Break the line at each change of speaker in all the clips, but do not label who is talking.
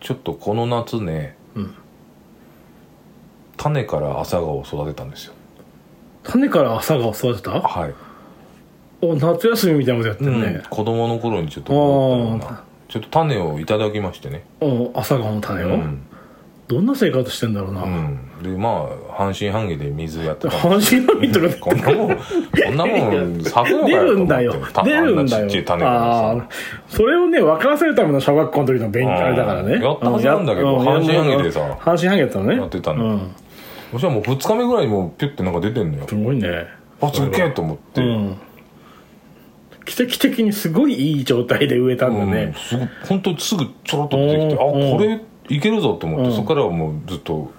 ちょっとこの夏ね
うん
種から朝顔を育てたんですよ
種から朝顔育てた
はい、
お夏休みみたいなことやって
う
る
ん
ね、、
子供の頃にちょっと思ったのかなちょっと種をいただきましてね
お朝顔の種
う
を、
ん、
どんな生活してんだろうな、
うん、でまあ半信半疑で水やってた
半信半疑とかって
こんなもんこんなもん咲くのか
出
よと
る
思
ん
って
だよ
た
出る
あな
んだ
ちっ
よ
ちゃい種
あ
が
ーそれをね分からせるための小学校の時の勉強
うん
あれだからね
やったはずなんだけど
う
半信半疑でさ
うん半信半疑だったのね
やってた
う
の
ん
さそしたらもう2日目ぐらいにもうピュッてなんか出てんのよ
すごいね
あすっげえと思って、
うん奇跡的にすごいいい状態で植えたんだ
うん、
ね
すごい本当にすぐちょろっと出てきてあ
うん
これいけるぞと思って、
うん
そこからはもうずっと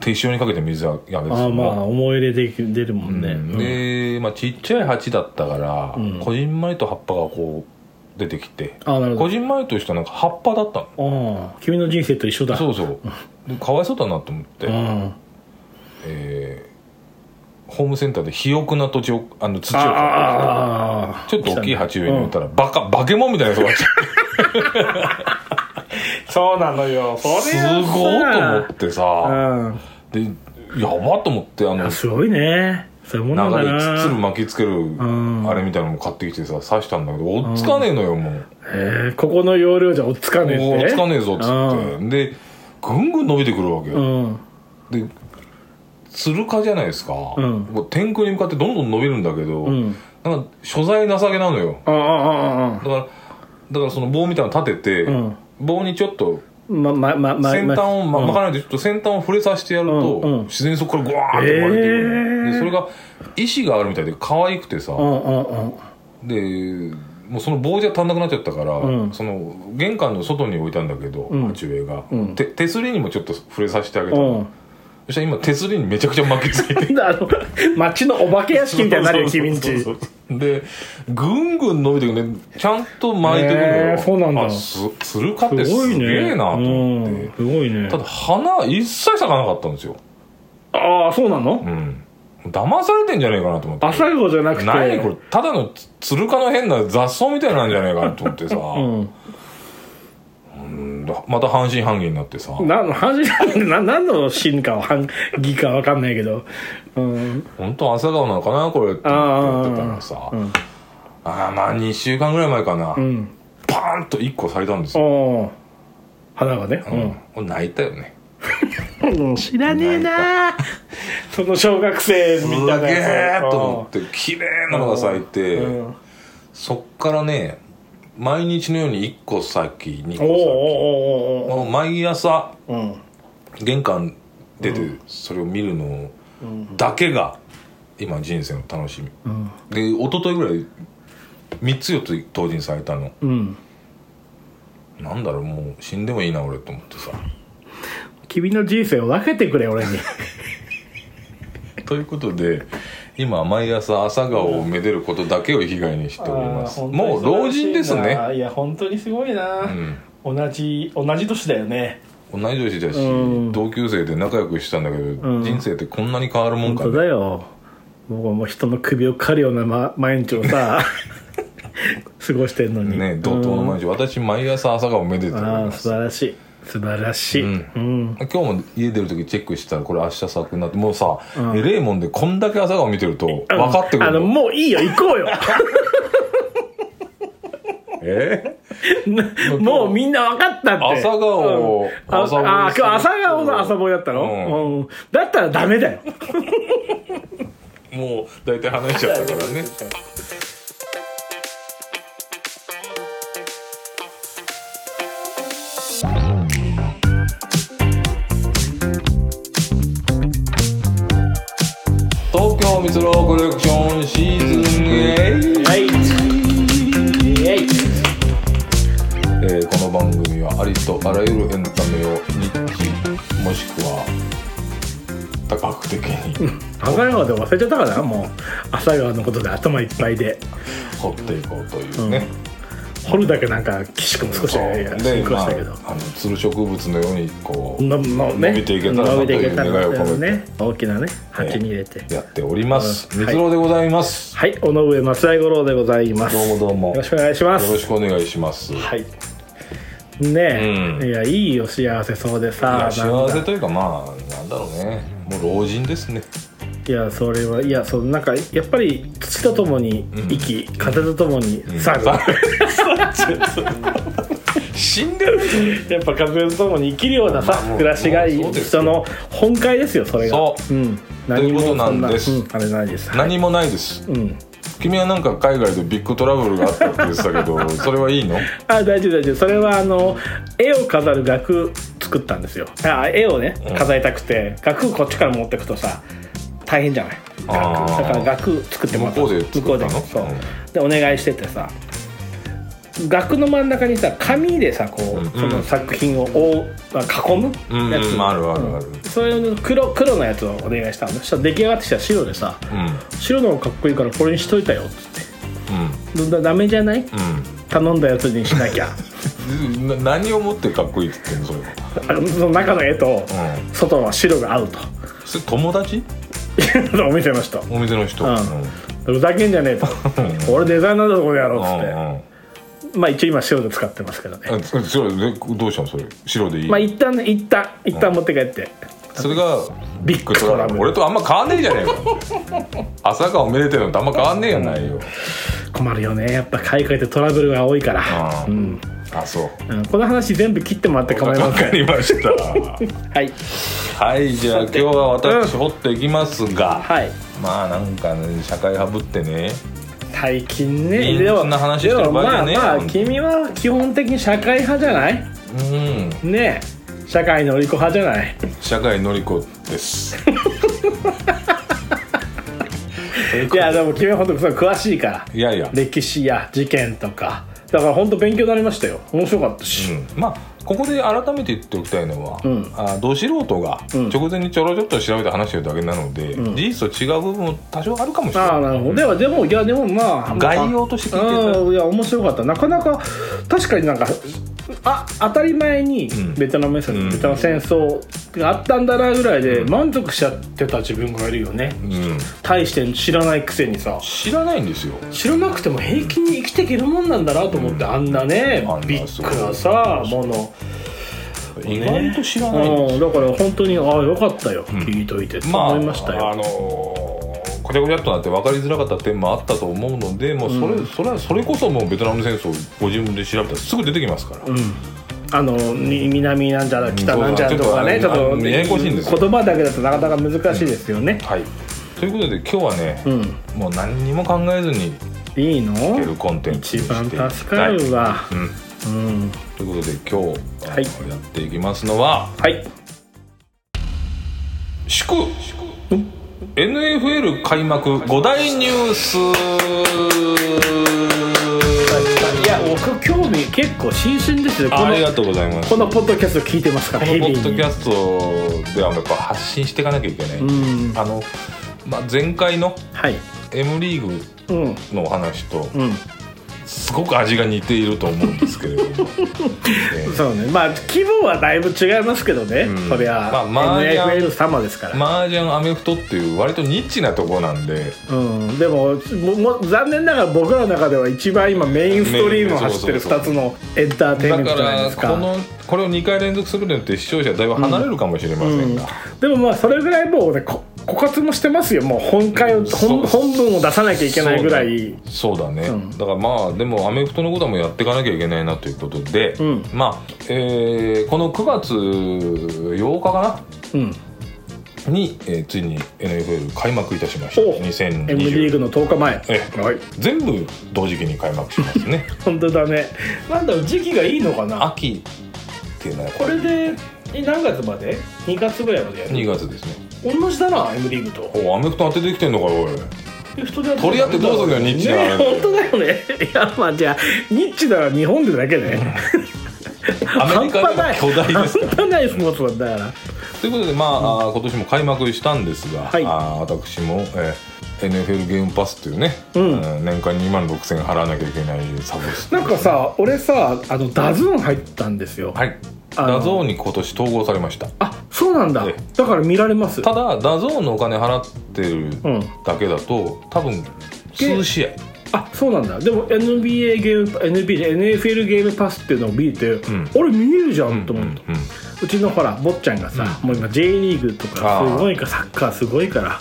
手塩にかけて水はやめて
あ
た
あまあ
あ
思い入れでき出るもんねうん
で、まあ、ちっちゃい鉢だったから、
うん
こじんまりと葉っぱがこう出てきて
ああなる
こ
ほ
じんまりとしたなんか葉っぱだったの
どああ君の人生と一緒だ
そうそうでかわいそうだなと思って、
うん
えーホームセンターで肥沃な土地をあの土を
あ
買っ
あ
てきて
ああああ
ちょっと大きい鉢植えに植えたら、バカバケモンみたいな 育っちゃって
そうなのよそれは
すごいと思ってさ、
うん
でやばと思ってあの
あすごいねそういうもんなんだ
長い
な
つつる巻きつける
ん
あれみたいなのも買ってきてさ刺したんだけど追っつかねえのよもう
えーここの容量じゃ追っつかねえって
追っつかねえぞっつ
う
ってでぐんぐん伸びてくるわけ
う
よ
ん
でつるかじゃないですか
うん
もう天空に向かってどんどん伸びるんだけど
うん
なんか所在情けなのよ
あああああ
だからだからその棒みたいなの立て
う
て
ん
棒にちょっと
まままま
先端をま巻かないでちょっと先端を触れさせてやる
うんう
と
ん
自然にそこからグワーンって生まれてくるの
へ
よ
え
でそれが意志があるみたいで可愛くてさ
うんうんうん
でもうその棒じゃ足んなくなっちゃったから、
うん
その玄関の外に置いたんだけど、
うん
鉢植えが、
うん
て手すりにもちょっと触れさせてあげたの、
うん
そしたら今手すりにめちゃくちゃ巻きついて
あ の町のお化け屋敷みたいになるよ君んち
そうそうそうでぐんぐん伸びてくねちゃんと巻いてくのよ、
へーそうなんだ
あすつるかって
すご
す
い
げえ
ね
なと思って、
うんすごいね
ただ花一切咲かなかったんですよ
ああそうなの
うん騙されてんじゃねえかなと思って
朝顔じゃなくて
何これただのつつるかの変な雑草みたいなんじゃねえかなと思ってさ、
う
うんまた半信半疑になってさ
ん何の話な何の真か反義か分かんないけどうん
本当朝顔なのかなこれって
ああ
思ってやってたらさ
うん
ああまあ2週間ぐらい前かな、
うん
パーンと1個されたんですよ、
おお花がね
うんこれ泣いたよね
知らねえなあその小学生
すげ
みたいな
え
やつ
と思って綺麗なのが咲いて、
うん
そっからね毎日のように1個先2
おうおう
個先
おうおう
もう毎朝
うん
玄関出てそれを見るのだけが今人生の楽しみ
うん
で一昨日ぐらい3つ4つ当時にされたの
うん
なんだろうもう死んでもいいな俺と思ってさ
君の人生を分けてくれ俺に
ということで今毎朝朝顔をめでる ことだけを生きがいにしておりますもう老人ですね
いや本当にすごいな、
うん
同じ同じ年だよね
同い年だし、
うん
同級生で仲良くしてたんだけど、
ん
人生ってこんなに変わるもん
本
か
当
ね
だよ僕はもう人の首を狩るような、ま、毎日 をさ過ごしてんのに
ね怒涛の毎日、私毎朝朝顔めでており
ああ
ます
素晴らしい素晴らしい、
うん
うん
今日も家出る時チェックしたらこれ明日咲くなってもうさ、
うん
レーモンでこんだけ朝顔見てると分かってく
あ
る
の
の
もういいよ行こ うよ
え
もうみんな分かったって
朝顔を
あ
朝顔
あ
にする
今日朝顔の朝ぼいだったの、うんだったらダメだよ
もう大体話しちゃったからね東京ミツローコレクションシーズン8
はいイエイ
えーこの番組はありとあらゆるエンタメをニッチもしくは多角的に
朝顔で忘れちゃったからもう朝顔のことで頭いっぱいで
掘っていこうというね、
掘るだけなんか岸君も少し
そう
進
で
行したけど、
まあ、あのつる植物のようにこう
ののね
伸びていけたらな
伸びていけた
とい
らな
う願いを込め
ね大きなね鉢に入れて、
やっております
う
み
ん
つろうでございます、
はい尾上松井五郎でございます
どうもどうも
よろしくお願いします
よろしくお願いします
はいね
う
え、
ん
いやいいよ幸せそうで
い
さ
や幸
な
せ
んか
というかまあなんだろうねもう老人ですね
いやそれはいやそうなんかやっぱり土とともに生き、風とともに去る、
死んでる
やっぱ風とともに生きるようなさ
まあもう
暮らしがい
もうそう
い
ですよ
人の本懐ですよそれが、
そう
ん、
ということなんです
うん、あれないです
何もないです
うん、
君はなんか海外でビッグトラブルがあったって言ってたけ どそれはいいの
あ大丈夫大丈夫それはあの絵を飾る額作ったんですよあ絵をね
うん
飾りたくて、額こっちから持ってくとさ大変じゃない額
あー
だから額作ってもらった
向こうで作ったの
向こうでそう、
うん
でお願いしててさ額の真ん中にさ紙でさこ
う
う、
ん
その作品を覆うまあ囲む
うん
やつ、
うんあるあるある
それの黒黒のやつをお願いしたのそしたら出来上がってきた白でさ「白の方がかっこいいからこれにしといたよ」っつって
う
「だダメじゃない
んうん
頼んだやつにしなきゃ」
うんな何をもってかっこいいって言ってんのそれは
あのその中の絵と
う
外の白が合うと
それ友達
お店の人
お店の人
うん
うん
ふざけんじゃねえと俺デザイナーだぞこの野
う
郎
ん
っつってまあ一応今白で使ってますけどね
うんあそそれでどうしたのそれ白でいい
まあ一旦ね一旦一旦持って帰って
それが
ビッグトラブル
俺とあんま変わんねえじゃねえ か朝顔めでてるのとあんま変わんねえやないよ
困るよねやっぱ海外でトラブルが多いから
あ,、うん、あそう
うんこの話全部切ってもらって構い
わ
ませ
か
ん
りました
はい
はいじゃあ今日は私掘っていきますが、
はい
まあなんかね社会派ぶってね
最近
い
ね
い
で
そんな話してる
でも
場合じ
ま
ゃ
あ
ねえよ
まあ
本当に
君は基本的に社会派じゃない
うん
ねえ社会のりこ派じゃない
社会のりこです
いやでも君は本当そう詳しいから
いやいや、
歴史や事件とかだから本当勉強になりましたよ面白かった
う
し、
ん、まあここで改めて言っておきたいのは、
うん
あど素人が
うん
直前にちょろちょっと調べた話してるだけなので、
うん
事実と違う部分も多少あるかもしれない
ああなるほど、ではでもいやでもまあ
概要として聞いていただく
うんいや面白かったなかなか確かになんかあ当たり前に
ん
ベトナム戦争、
うん
ベトナム戦争があったんだなぐらいで満足しちゃってた自分がいるよね、
うん、
大して知らないくせにさ
知らないんですよ
知らなくても平気に生きていけるもんなんだなと思って、あんなね
あんな
ビッグなさもの
意外と知らないんですよ
うんだから本当にああよかったよ、聞いといてと思いましたよ、
あのーごちゃごちゃっとなって分かりづらかった点もあったと思うのでもうそれ,、それはそれこそもうベトナム戦争ご自分で調べたらすぐ出てきますから、
あのに南なんちゃら北なんちゃらとかね
うん
ち
そう
ょっ
だちょ
と
っとややこしいんですよ
言葉だけだとなかなか難しいですよね
はいということで今日はね、
うん、
もう何にも考えずにい
いいの
けるコンテンツ
一
にして
番
いきたい
助かるわ
うん、
うん
ということで今日、
はい
あのやっていきますのは
はい
祝 NFL 開幕5大ニュース
いや僕興味結構新鮮ですよこ
あ
の
りがとうございます
このポッドキャスト聞いてますか
こ
ら
のポッドキャ
ス
ストではやっぱ発信していかなきゃいけない、
うん
あの、まあ、前回の
はい
M リーグ
うん
のお話と
うん
すごく味が似ていると思うんですけれども、えー
そうねまあ規模はだいぶ違いますけどね、
うん
そりゃ、
まあまあ
NFL 様ですから、
マージャンアメフトっていう割とニッチなとこなんで
うん、でももも残念ながら僕らの中では一番今メインストリームを走ってる
メインそう
2
そ
つのエンターテイン
だ
メント
か
じゃないで
ら
す
こ
か
のこれを2回連続するのによって視聴者だいぶ離れるかもしれませんが、
でもまあそれぐらいもうねこ枯渇もしてますよもう本会を、
そう
本本文を出さなきゃいけないぐらい
そうだね、
うん
だからまあでもアメフトのことはもうやっていかなきゃいけないなということで、
ん
まあ、えーこの9月8日か
うん
なに、えーついに NFL 開幕いたしました
お M リー
2020
グの10日前
え
はい
全部同時期に開幕します ね
本当だねなんだろう時期がいいのかな
秋っていうのは
これでえ何月まで2月ぐらいまでやる
2月ですね
同じだな M リーグと
おアメフト当ててきてんのかよおい
人でやって
取り合ってどうすんのよニッチな
ね本当だよねいやまあじゃあニッチなら日本でだけね
アメリカでも巨大ですから
半端ないスポーツなんだから
ということで、まああー今年も開幕したんですが、
はい
あー私も、えー NFL ゲームパスというね、
うん
えー年間2万6000円払わなきゃいけないサブスク
なんかさ俺さあのダズーン入ったんですよ、
はい
あの
ダゾーンに今年統合されました
あそうなんだ
え
だから見られます
ただダゾーンのお金払ってる
うん
だけだと多分数試合
あそうなんだでも NBA ゲーム NBA で NFL ゲームパスっていうのを見て、
ん
俺見えるじゃんと思
う
っ
ん
て、うちのほら坊っちゃんがさ、もう今 J リーグとか
あー
すごいからサッカーすごいから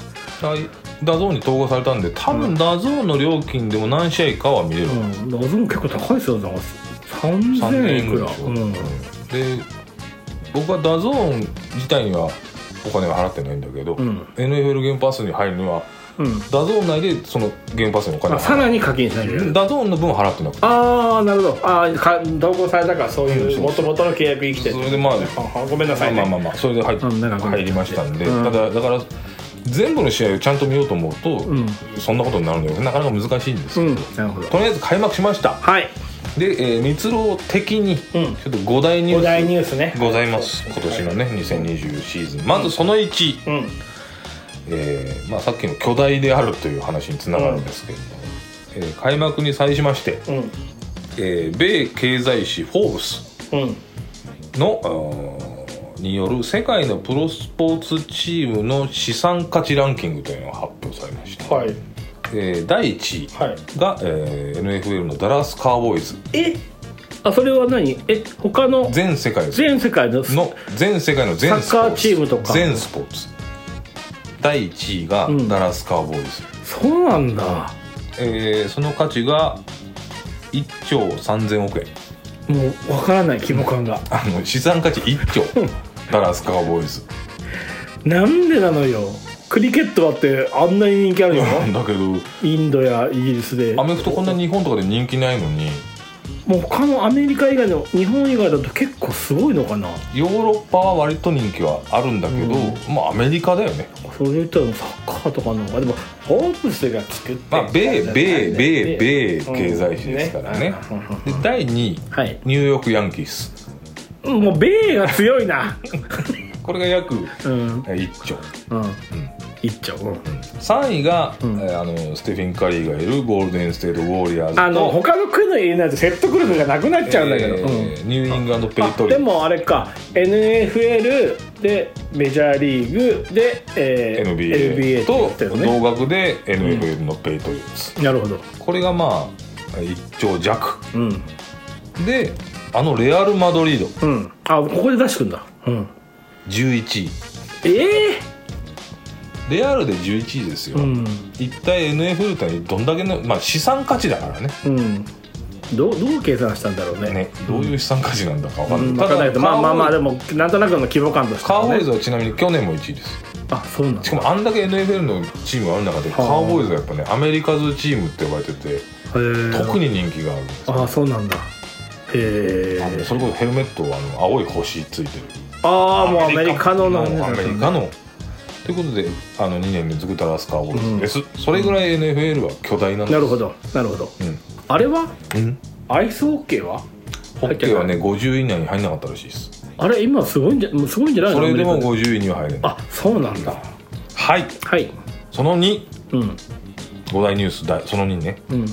ダゾーンに統合されたんで多分ダゾーンの料金でも何試合かは見れる、
うんだからズボン結構高いですよだから
3000
3000い
円
く
ぐ
ら
らいでしょ、
うん
で僕はダゾーン自体にはお金は払ってないんだけど、
うん
NFL ゲームパスに入るには
うん
ダゾーン内でそのゲームパスにお金を
あさら
払う
に課金しないといけない
ダゾーンの分は払ってなくて
ああなるほどああ同行されたからそういう
うん
もともとの契約生きて
そ
る
れでまあ
あごめんなさいね
まあまあまあそれで入っ
うんなんか
入りましたんで、
うん
ただだから全部の試合をちゃんと見ようと思うと、
ん
そんなことになるのでなかなか難しいんです
う
よ、
んなるほど
とりあえず開幕しました
はい
で、えー、蜜蝋的にちょ
うん
っと5大ニュ
五
ー
大ニュースね
スございます今年のね2020シーズンまずその1、
うん
えーまあ、さっきの巨大であるという話につながるんですけれども、えー開幕に際しまして、
うん
えー米経済誌「フォーブス」
うん
のあーによる世界のプロスポーツチームの資産価値ランキングというのが発表されました、
はい
えー第1位
はい
が、えー NFL のダラス・カーボーイズ
えあそれは何え他の
全世界
全世界の
の全世界の全スポーツ
サッカーチームとか
全スポーツ第1位が
ん
ダラス・カーボーイズ、
そうなんだ
えーその価値が1兆3000億円
もうわからない規模感が
あの資産価値1兆
ん
ダラス・カーボーイズ
なんでなのよクリケットだってあんなに人気あるよ
なんだけど
インドやイギリスで
アメフトこんな日本とかで人気ないのに
もう他のアメリカ以外の日本以外だと結構すごいのかな
ヨーロッパは割と人気はあるんだけど、
う
まあアメリカだよね、
それ言ったらサッカーとかの方がでもホープスが作って
まあ、米米米米
うん
経済誌ですからね
うんうんうん
で第2位
はい
ニューヨーク・ヤンキース
もう米が強 いな
これが約
うん
えー1兆
うん一丁うん
3位が、
うん
えーあのステフィン・カリーがいるゴールデン・ステート・ウォーリアーズと
あの他の区の家ないと説得力がなくなっちゃうんだけど、
え
うん
ーニューイングランド・ペリト
あ
リ
で
ー
もあれか NFL でメジャーリーグで、えー
NBA
って言って
と
るね
同額で NFL のペイトリオッツ、
なるほど
これがまあ1兆弱
うん
であのレアル・マドリード
うんあここで出してくんだうん
11位
ええ
レアルで11位ですよ、
うん
一体 NFL ってどんだけの、まあ、資産価値だからね
うんどうどう計算したんだろうね
ねどういう資産価値なんだか分か
うんん、
ない、
わかんないけどまあまあまあ
カー
でもなんとなくの規模感として
カー
は
ボーイ
ね
ズはちなみに去年も1位です
あそうなんだ
しかもあんだけ NFL のチームがある中でカーボーイズはやっぱねアメリカズチームって呼ばれてて特
に
に人気があるんですよ
あそうなんだへ
あの
え
それこそヘルメットはあの青い星ついてる
ああもうアメリカのな
もうアメリカのということであの2年連続ダラスカーボーイズです、それぐらい NFL は巨大なんです
なるほどなるほど
う
あれは
ん、うん、
アイスホッケーは
ホッケーはね50位以内に入んなかったらしいです
あれ今すごいんじゃもうすごいんじゃないの
それでも
アメリカ
50位には入れない
あそうなんだ
はい
はい
その2
うん
五大ニュースだその2ね
うん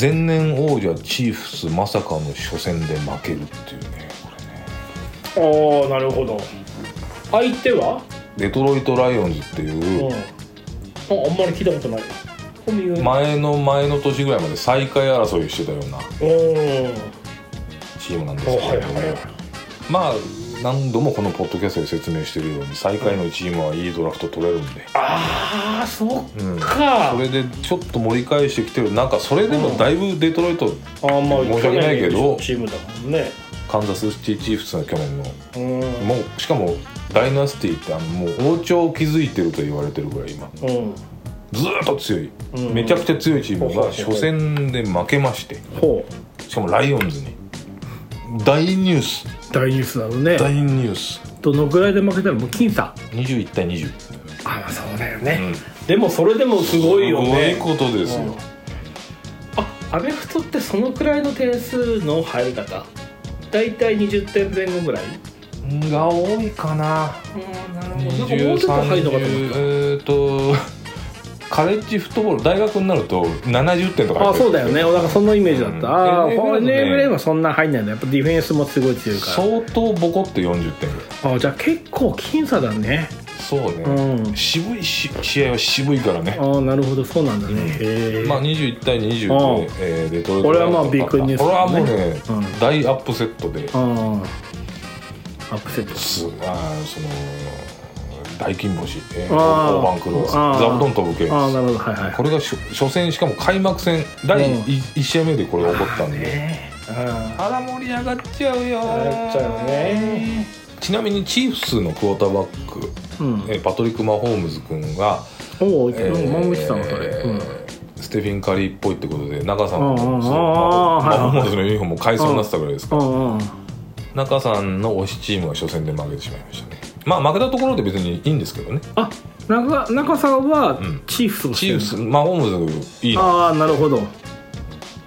前年王者チーフスまさかの初戦で負けるっていうねこれね
ああなるほど相手は
デトロイト・ライオンズっていう
ああんまり聞いたことないコミュー
前の前の年ぐらいまで最下位争いしてたような
おー
チームなんですけれども、まあ何度もこのポッドキャストで説明しているように最下位のチームはいいドラフト取れるんで、
ああそっ
うん、
か
それでちょっと盛り返してきてる中それでもだいぶデトロイト
あんま
申し訳ないけど
チームだもんね
カンザスシティチーフスが去年の
うん
もうしかもダイナスティってあのもう王朝を築いてると言われてるぐらい今
うん
ずーっと強い
うん
めちゃくちゃ強いチーム
ほうほ
が
うほう
初戦で負けまして
ほ
しかもライオンズに大ニュース
う大ニュースだろうね
大ニュース
どのぐらいで負けたらもう僅差
21対20、
ああそうだよね、
うん
でもそれでもすごいよね
すごいことですよ、
あアメフトってそのくらいの点数の入り方だいたい20点前後ぐらい
が多いかな
うんなる
20
なんかもうちょっと入るのかと思
30えーと
っ
カレッジフットボール大学になると70点とか
たあ
入
あ
ってる
そうだよねなんかそのイメージだった、
うん
ああ
NFL
これ
ね
NFL はそんな入んないんだやっぱディフェンスもすごい強いから
相当ボコって40点ぐらい
ああじゃあ結構僅差だね
そうね、
うん
渋いし試合は渋いからね、
ああなるほどそうなんだね、
うん
へえ、
まあ、21対20
うん
で、えーデトロイト
これはまあ
ライオンズが勝った
ビッグニュース
これはもうね、
うん
大アップセットで
ああアップセット
すあーその大金星、えー、
あー
大盤クロース
あー
座布団飛ぶケース
ああなるほどはいはい
これが初初戦しかも開幕戦第
うん
1, 試合目でこれが起こったんで
ねえ
あ
あ
ら盛り上がっちゃうよ
上がっちゃうね
ちなみにチーフスのクォーターバック、
あうん
えーパトリック・マホームズ君が、
おお
えー
漫画見てたのそれうん
ステフィン・カリーっぽいってことで中さんも
うんうんうん
その
あ
マ
ー
ホマ
はいはい
ホームズのユニフォームを買いそうになってたぐらいです
う
から
んうん
中さんの推しチームが初戦で負けてしまいましたねまあ負けたところで別にいいんですけどね
あ中中さんは
ん
チーフスをし
チ
て
ー
る
フスマホームズいいな
ああなるほど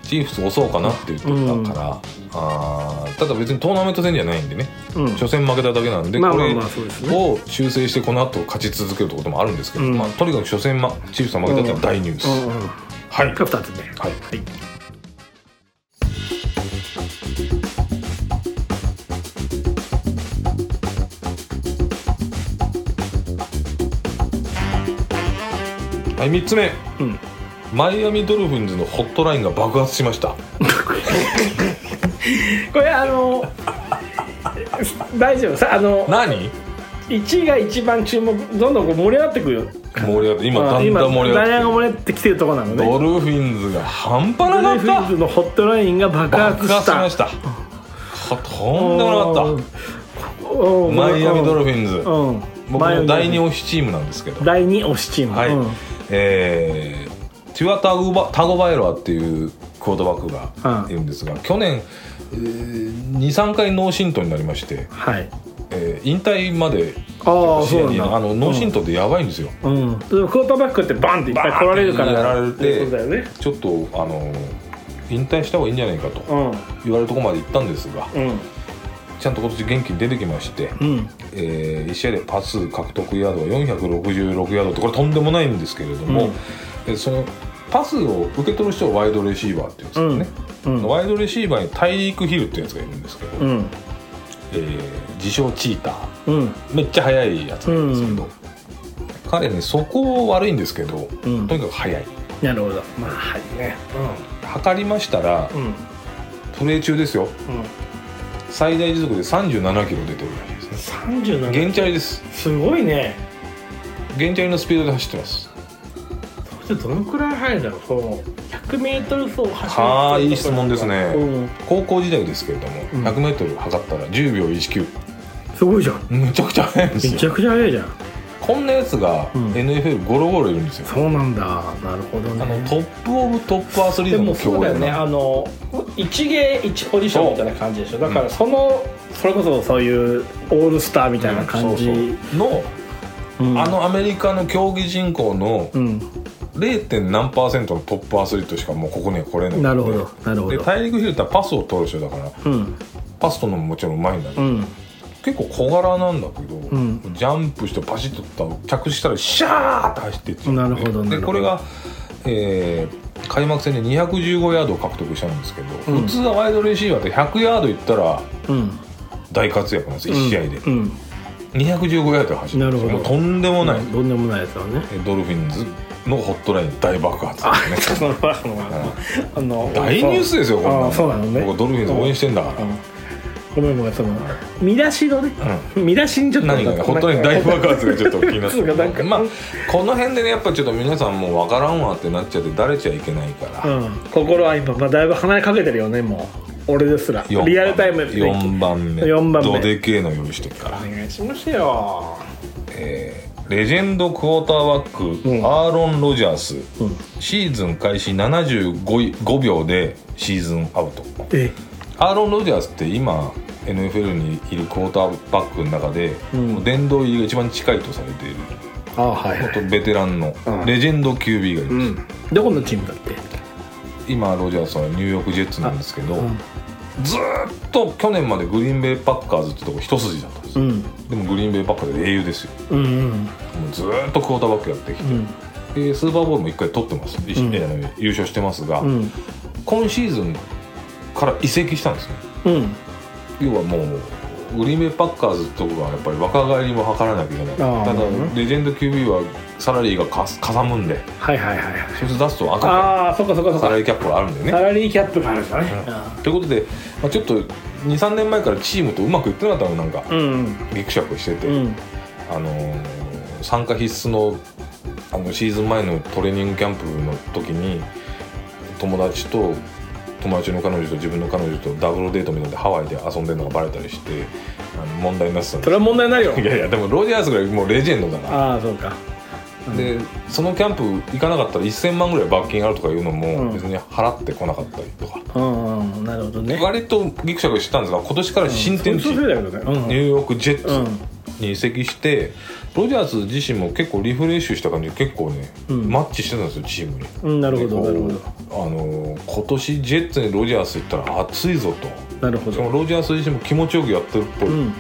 チーフス押そうかなって言ってたから、あーただ別にトーナメント戦じゃないんでね
うん
初戦負けただけなんで、
まあ
こ
まあ
れ
まあそうですね
を修正してこの後勝ち続けるってこともあるんですけど、
うん
まあ、とにかく初戦、ま、チーフスが負けたっていうのは大ニュース、
うんうん
はい、
が2つ目
はい、
はい
はい、3つ目
うん
マイアミドルフィンズのホットラインが爆発しました
これあの大丈夫さあの
何
1位が一番注目どんどんこう盛り上がってくる
盛り上がって今だん
今
だん盛り上
誰が
がって
盛り上がってきてるとこなのね
ドルフィンズが半端
ド
な
ルフィ
か
ン
っ
ズのホットラインが爆
た爆
発し
発したましたはとんでもなかっ
お
た
ー
マイアミドルフィンズ
うん
僕
マイア
の
ミドルフ
第
ィン
2推しチームなんですけど
第2推しチーム
はい、
うん
えーテュアタグバ・タゴバエロアっていうクォーターバックが
うん
いるんですが、去年、え23回脳震盪になりまして、
はい
えー引退まで
ああ
試
そう
合
なん
に
だ
あの脳震盪ってやばいんですよ、
うん、クォーターバックってバンっていっぱい来られるから
バーンってやられて
そうだよね
ちょっとあの引退した方がいいんじゃないかと
うん
言われるところまで行ったんですが、
うん
ちゃんと今年元気に出てきまして、
うん
え1試合でパス獲得ヤードが466ヤードってこれとんでもないんですけれども、でそのパスを受け取る人をワイドレシーバーっていうんですよね、
うん
ワイドレシーバーにタイリーク・ヒルってやつがいるんですけど、
うん
えー自称チーター
うん
めっちゃ速いやつなんですけど、
うん
彼ねそこ悪いんですけど、
うん
とにかく速い
なるほどまあはいね
測りましたら、
うんうん
プレー中ですよ
うん
最大時速で37キロ出てるらしいですね
37
現チャリです
すごいね
現チャリのスピードで走ってます
それどのくらい速いんだろうその 100m 走を走る
はあいい質問ですね
うん
高校時代ですけれども、
うん
100m 測ったら10秒19
すごいじゃん
めちゃくちゃ速いんで
め
す
ち
よ
ゃくちゃ速いじゃん
こんなやつが
うん
NFL ゴロゴロいるんですよ、
そうなんだなるほどね
あのトップオブトップアスリー
で
ト
も
の
そう
競
だ
泳
よね
な
あの一芸一ポジションみたいな感じでしょだからその、それこそそういうオールスターみたいな感じ、
そうそうの、
うん
あのアメリカの競技人口の
うん、
0. 点何パーセントのトップアスリートしかもうここには来れない
なるほどなるほ
で
ど
大陸ヒルってパスを取る人だから
うん
パス取るのももちろんうまいんだけ
う
ど、
ん
結構小柄なんだけど、
ん
ジャンプしてパシッと取った着地したらシャーって走っていっちゃう
なるほどな
で
るほ
こ
ど
れが、えー開幕戦で215ヤードを獲得したんですけど、
うん
普通はワイドレシーバーって100ヤードいったら
うん
大活躍なんです、1試合で
うん、
215ヤードで走るんですよ
なる
も
ほ
う
ど
とんでもない、
どんでもないやつはね
えドルフィンズのホットライン大爆発ですね
そのそのあの
大ニュースですよこんな
あ
の
そうなのね
僕ドルフィンズ応援してんだから、
うんごめんごめんその見出しのね、見出しにちょっと
何がね、ホットライン大爆発がちょっと気になって
なんか
るまあこの辺でねやっぱちょっと皆さんもう分からんわってなっちゃってだれちゃいけないから、
うん、心は今、まあ、だいぶ離れかけてるよねもう俺ですら
四番
リアルタイムで
4番目
四番目
ドデケーの用意してるから
お、願いしますよ、
えーレジェンドクォーターバック、
うん
アーロン・ロジャース
うん、
シーズン開始75い5秒でシーズンアウト
え
アーロン・ロジャースって今 NFL にいるクォーターバックの中で、
うん
もう殿堂入りが一番近いとされている
ああはい、
本当ベテランの
うん
レジェンド QB がいる、
うんどこのチームだって
今ロジャースはニューヨーク・ジェッツなんですけど、
うん
ずーっと去年までグリーンベイ・パッカーズってとこ一筋だったんです
う
よ、
ん
でもグリーンベイ・パッカーズ英雄ですよ
うんうん
もうずーっとクォーターバックやってきて、
うん
でスーパーボールも1回取ってます、いし
うん
えー優勝してますが、
うん
今シーズンから移籍したんですね
うん
要はもうグリーンベイパッカーズとかはやっぱり若返りも図らなきゃいけないた
あー
だ
うん
レジェンド QB はサラリーがかすかさむんで
はいはいはいはい
そいつ出すと赤か
ああそっかそっかそっ
サ
か
ラリーキャップがあるんだよね
サラリーキャップがあるんだね
ということで、まあ、ちょっと23年前からチームとうまくいってなかったのなんか
うん
ギクシャクしてて、
うんうん
あのー参加必須のあのシーズン前のトレーニングキャンプの時に友達と友達の彼女と自分の彼女とダブルデートみたいなのでハワイで遊んでるのがバレたりしてあの問題になってたん
そ
で
れは問題になるよ
す いやいやでもロジャースぐらいもうレジェンドだか
ああそうか
らでそのキャンプ行かなかったら1000万ぐらい罰金あるとかいうの
うん
も別に払ってこなかったりとか、
うんうんなるほどね
割とギクシャクしてたんですが今年から新天地、
そうそう
ニ
だけどねうん
ューヨーク・ジェッツ、
うん
に移籍してロジャース自身も結構リフレッシュした感じで結構ね、
うん
マッチしてたんですよチームに。
うんなるほど
で
なる
こう
ほ
あのー今年ジェッツにロジャース行ったら熱いぞと
どなるほ
しか
ど
もロジャース自身も気持ちよくやってるっぽい、
うんうん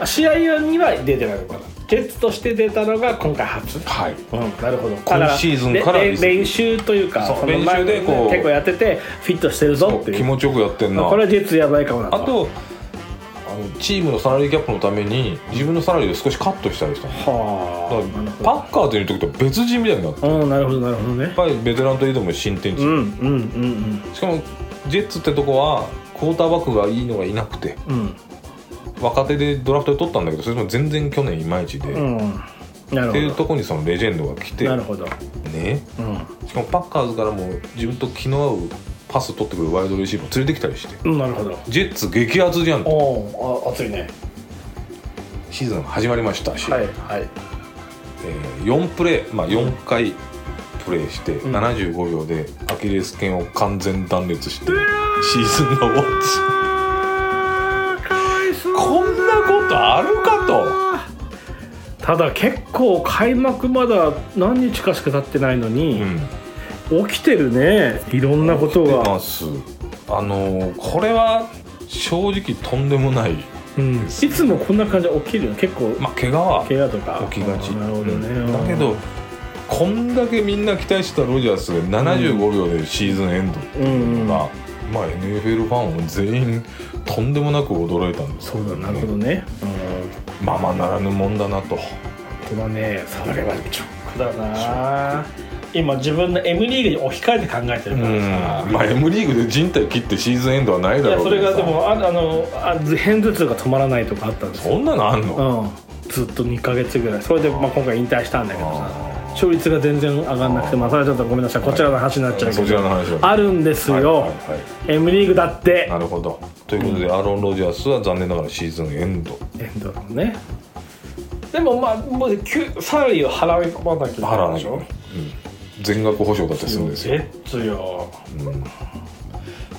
あ試合には出てないのかなジェッツとして出たのが今回初
はい
うん、なるほど
今シーズンから
れれ
ですね
練習というか
そう
の前
練習でこう
結構やっててフィットしてるぞっていう
気持ちよくやってんな
これは実やばいかもな
あとあのチームのサラリーキャップのために自分のサラリーを少しカットしたりしたの
はあ
だからパッカーという時と別人みたいになってや
うんなるほどなるほどね
っぱりベテランといえども新天地、
うんうんうん
しかもジェッツってとこはクォーターバックがいいのがいなくて
うん
若手でドラフトで取ったんだけどそれでも全然去年いまいちで、
う
っ
んな
てい
る
う
ほ
とこにそのレジェンドが来て
どなるほど
ね
うん
しかもパッカーズからも自分と気の合うパス取ってくるワイドレシーブー連れてきたりして
うんなるほど
ジェッツ激アツじゃん
おおあ熱いね
シーズン始まりましたし、
はいはい
えー4プレー、まあ、4回プレーして
ん
75秒でアキレス腱を完全断裂してシーズンが終わっちゃう
かわいそ
こんなことあるかと
ただ結構開幕まだ何日かしか経ってないのに、
うん
起きてるねいろんなこと
出
が、
ますあのーこれは正直とんでもない
うん、いつもこんな感じで起きるよ結構
まあ怪我は
怪我とか
起きがち
なるほどね、
うんだけどこんだけみんな期待してたロジャースが75秒でシーズンエンドっていうのが、まあ、NFL ファンを全員とんでもなく驚いたんです
そうだなるほどねうん
ままならぬもんだなと
本当だねそれはショックだな今自分の M リーグに置き換えて考えてる
う
か
ん
らさ、
まあ M リーグで人体切ってシーズンエンドはない
い
だ
や
ろう
そ
け
れ
ど
が
さ
でもああのあ片頭痛が止まらないとかあったんですよ、
そんなのあんの、
うん、ずっと2か月ぐらいそれで、まあ、今回引退したんだけどさ
あ
勝率が全然上がらなくてまあそれはちょっとごめんなさいこちらの話になっちゃう
ー
け
そ
ど、
ちらの話は
あるんですよ、
はいはいはい
M リーグだって
なるほどということで、アーロン・ロジャースは残念ながらシーズンエンド
エンドローねでもまあもう給サラリーを払い込まなきゃいけ
払
な
わなき
いでし
ゃいけ
ょ
ないうん全額保証だってするんですよ
ジェッツよ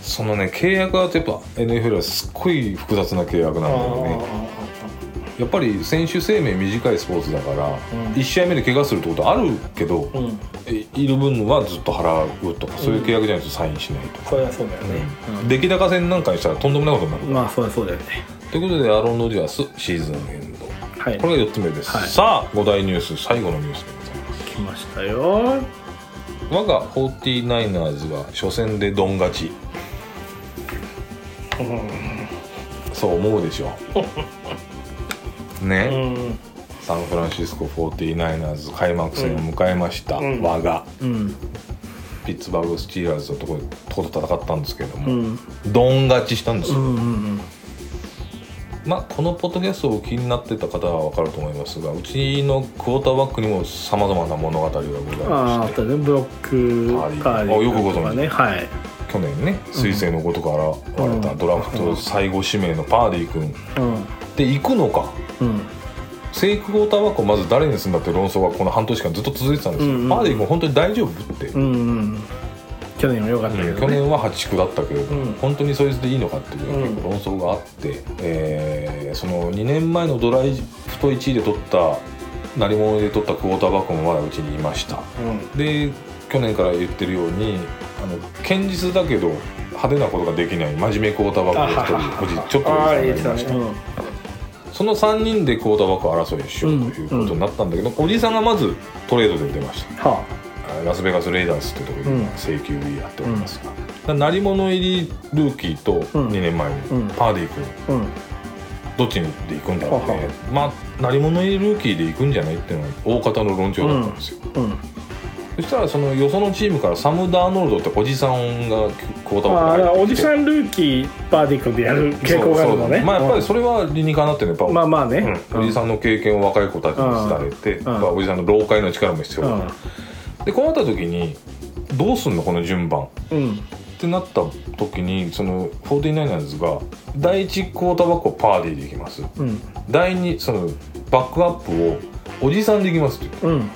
そのね契約はやっぱ NFL はすっごい複雑な契約なんだよねやっぱり選手生命短いスポーツだから、
うん
1試合目で怪我するってことあるけど、
あーうん
えいる分はずっと払うとかそういう契約じゃないとサインしないとか、
これはそうだよね、
出来高戦なんかにしたらとんでもないことになる、
まあそうだそうだよね
ということでアーロン・ロジャースシーズンエンド
はい
これが4つ目です、
はい
さあ5大ニュース最後のニュースでございます
来ましたよ
我が 49ers が初戦でドン勝ちそう思うでしょね、
うん
サンフランシスコ 49ers 開幕戦を迎えました、
うん
我が
うん
ピッツバーグ・スチーラーズのところとこと戦ったんですけど
う
も、
ん
ドン勝ちしたんです
う
よ、
んうん
まあこのポッドキャストをお気になってた方は分かると思いますがうちのクォーターバックにもさまざまな物語がござい
ああ
ま
あ
し
と
て
ねブロック
カーリーあよくご存知
とかねはい
去年ね彗星のごとく現れ
う
た
ん
ドラフト最後指名のパーディー君
うん
で行くのか
うん
正規クォーターバックをまず誰にするんだって論争がこの半年間ずっと続いてたんですよ、
うんうん
パーディー君本当に大丈夫って
うんうん去年は良かったけ
うん
ど
去
ね
年は8区だったけれども、
うん
本当にそいつでいいのかっていうのは結構論争があって、えーその2年前のドライフト1位で取った鳴り物で取ったクォーターバックもまだうちにいましたで去年から言ってるようにあの堅実だけど派手なことができない真面目クォーターバックが1人おじちょっとおじさんがいました
うん
その3人でクォーターバック争いをしようということになったんだけど、おじさんがまずトレードで出ました
は
ラスベガス・レイダースってところで
うん
今正規 B やっておりますが、鳴り物入りルーキーと
う
2
ん
年前に
うん
パーディー君、
あうん
どっちで行くんだろうね、まあ鳴り物入りルーキーで行くんじゃないっていうのが大方の論調だったんですよ、
うん
そしたらそのよそのチームからサム・ダーノルドっておじさんがクォーター
まあ、
バ
だ
ッ
から
ク
おじさんルーキーバーディックでやる傾向があるの
そう
ね
そうまあやっぱりそれは理にかなってねやっぱ、
うんまあまあね、
うんおじさんの経験を若い子たちに伝えて、
ん
まあ、おじさんの老化への力も必要
う
だ、
ん
でこうなった時にどうすんのこの順番
うん
ってなった時にその 49ers が第1クォーターバックをパーディーでいきます
うん
第2そのバックアップをおじさんでいきますって
うん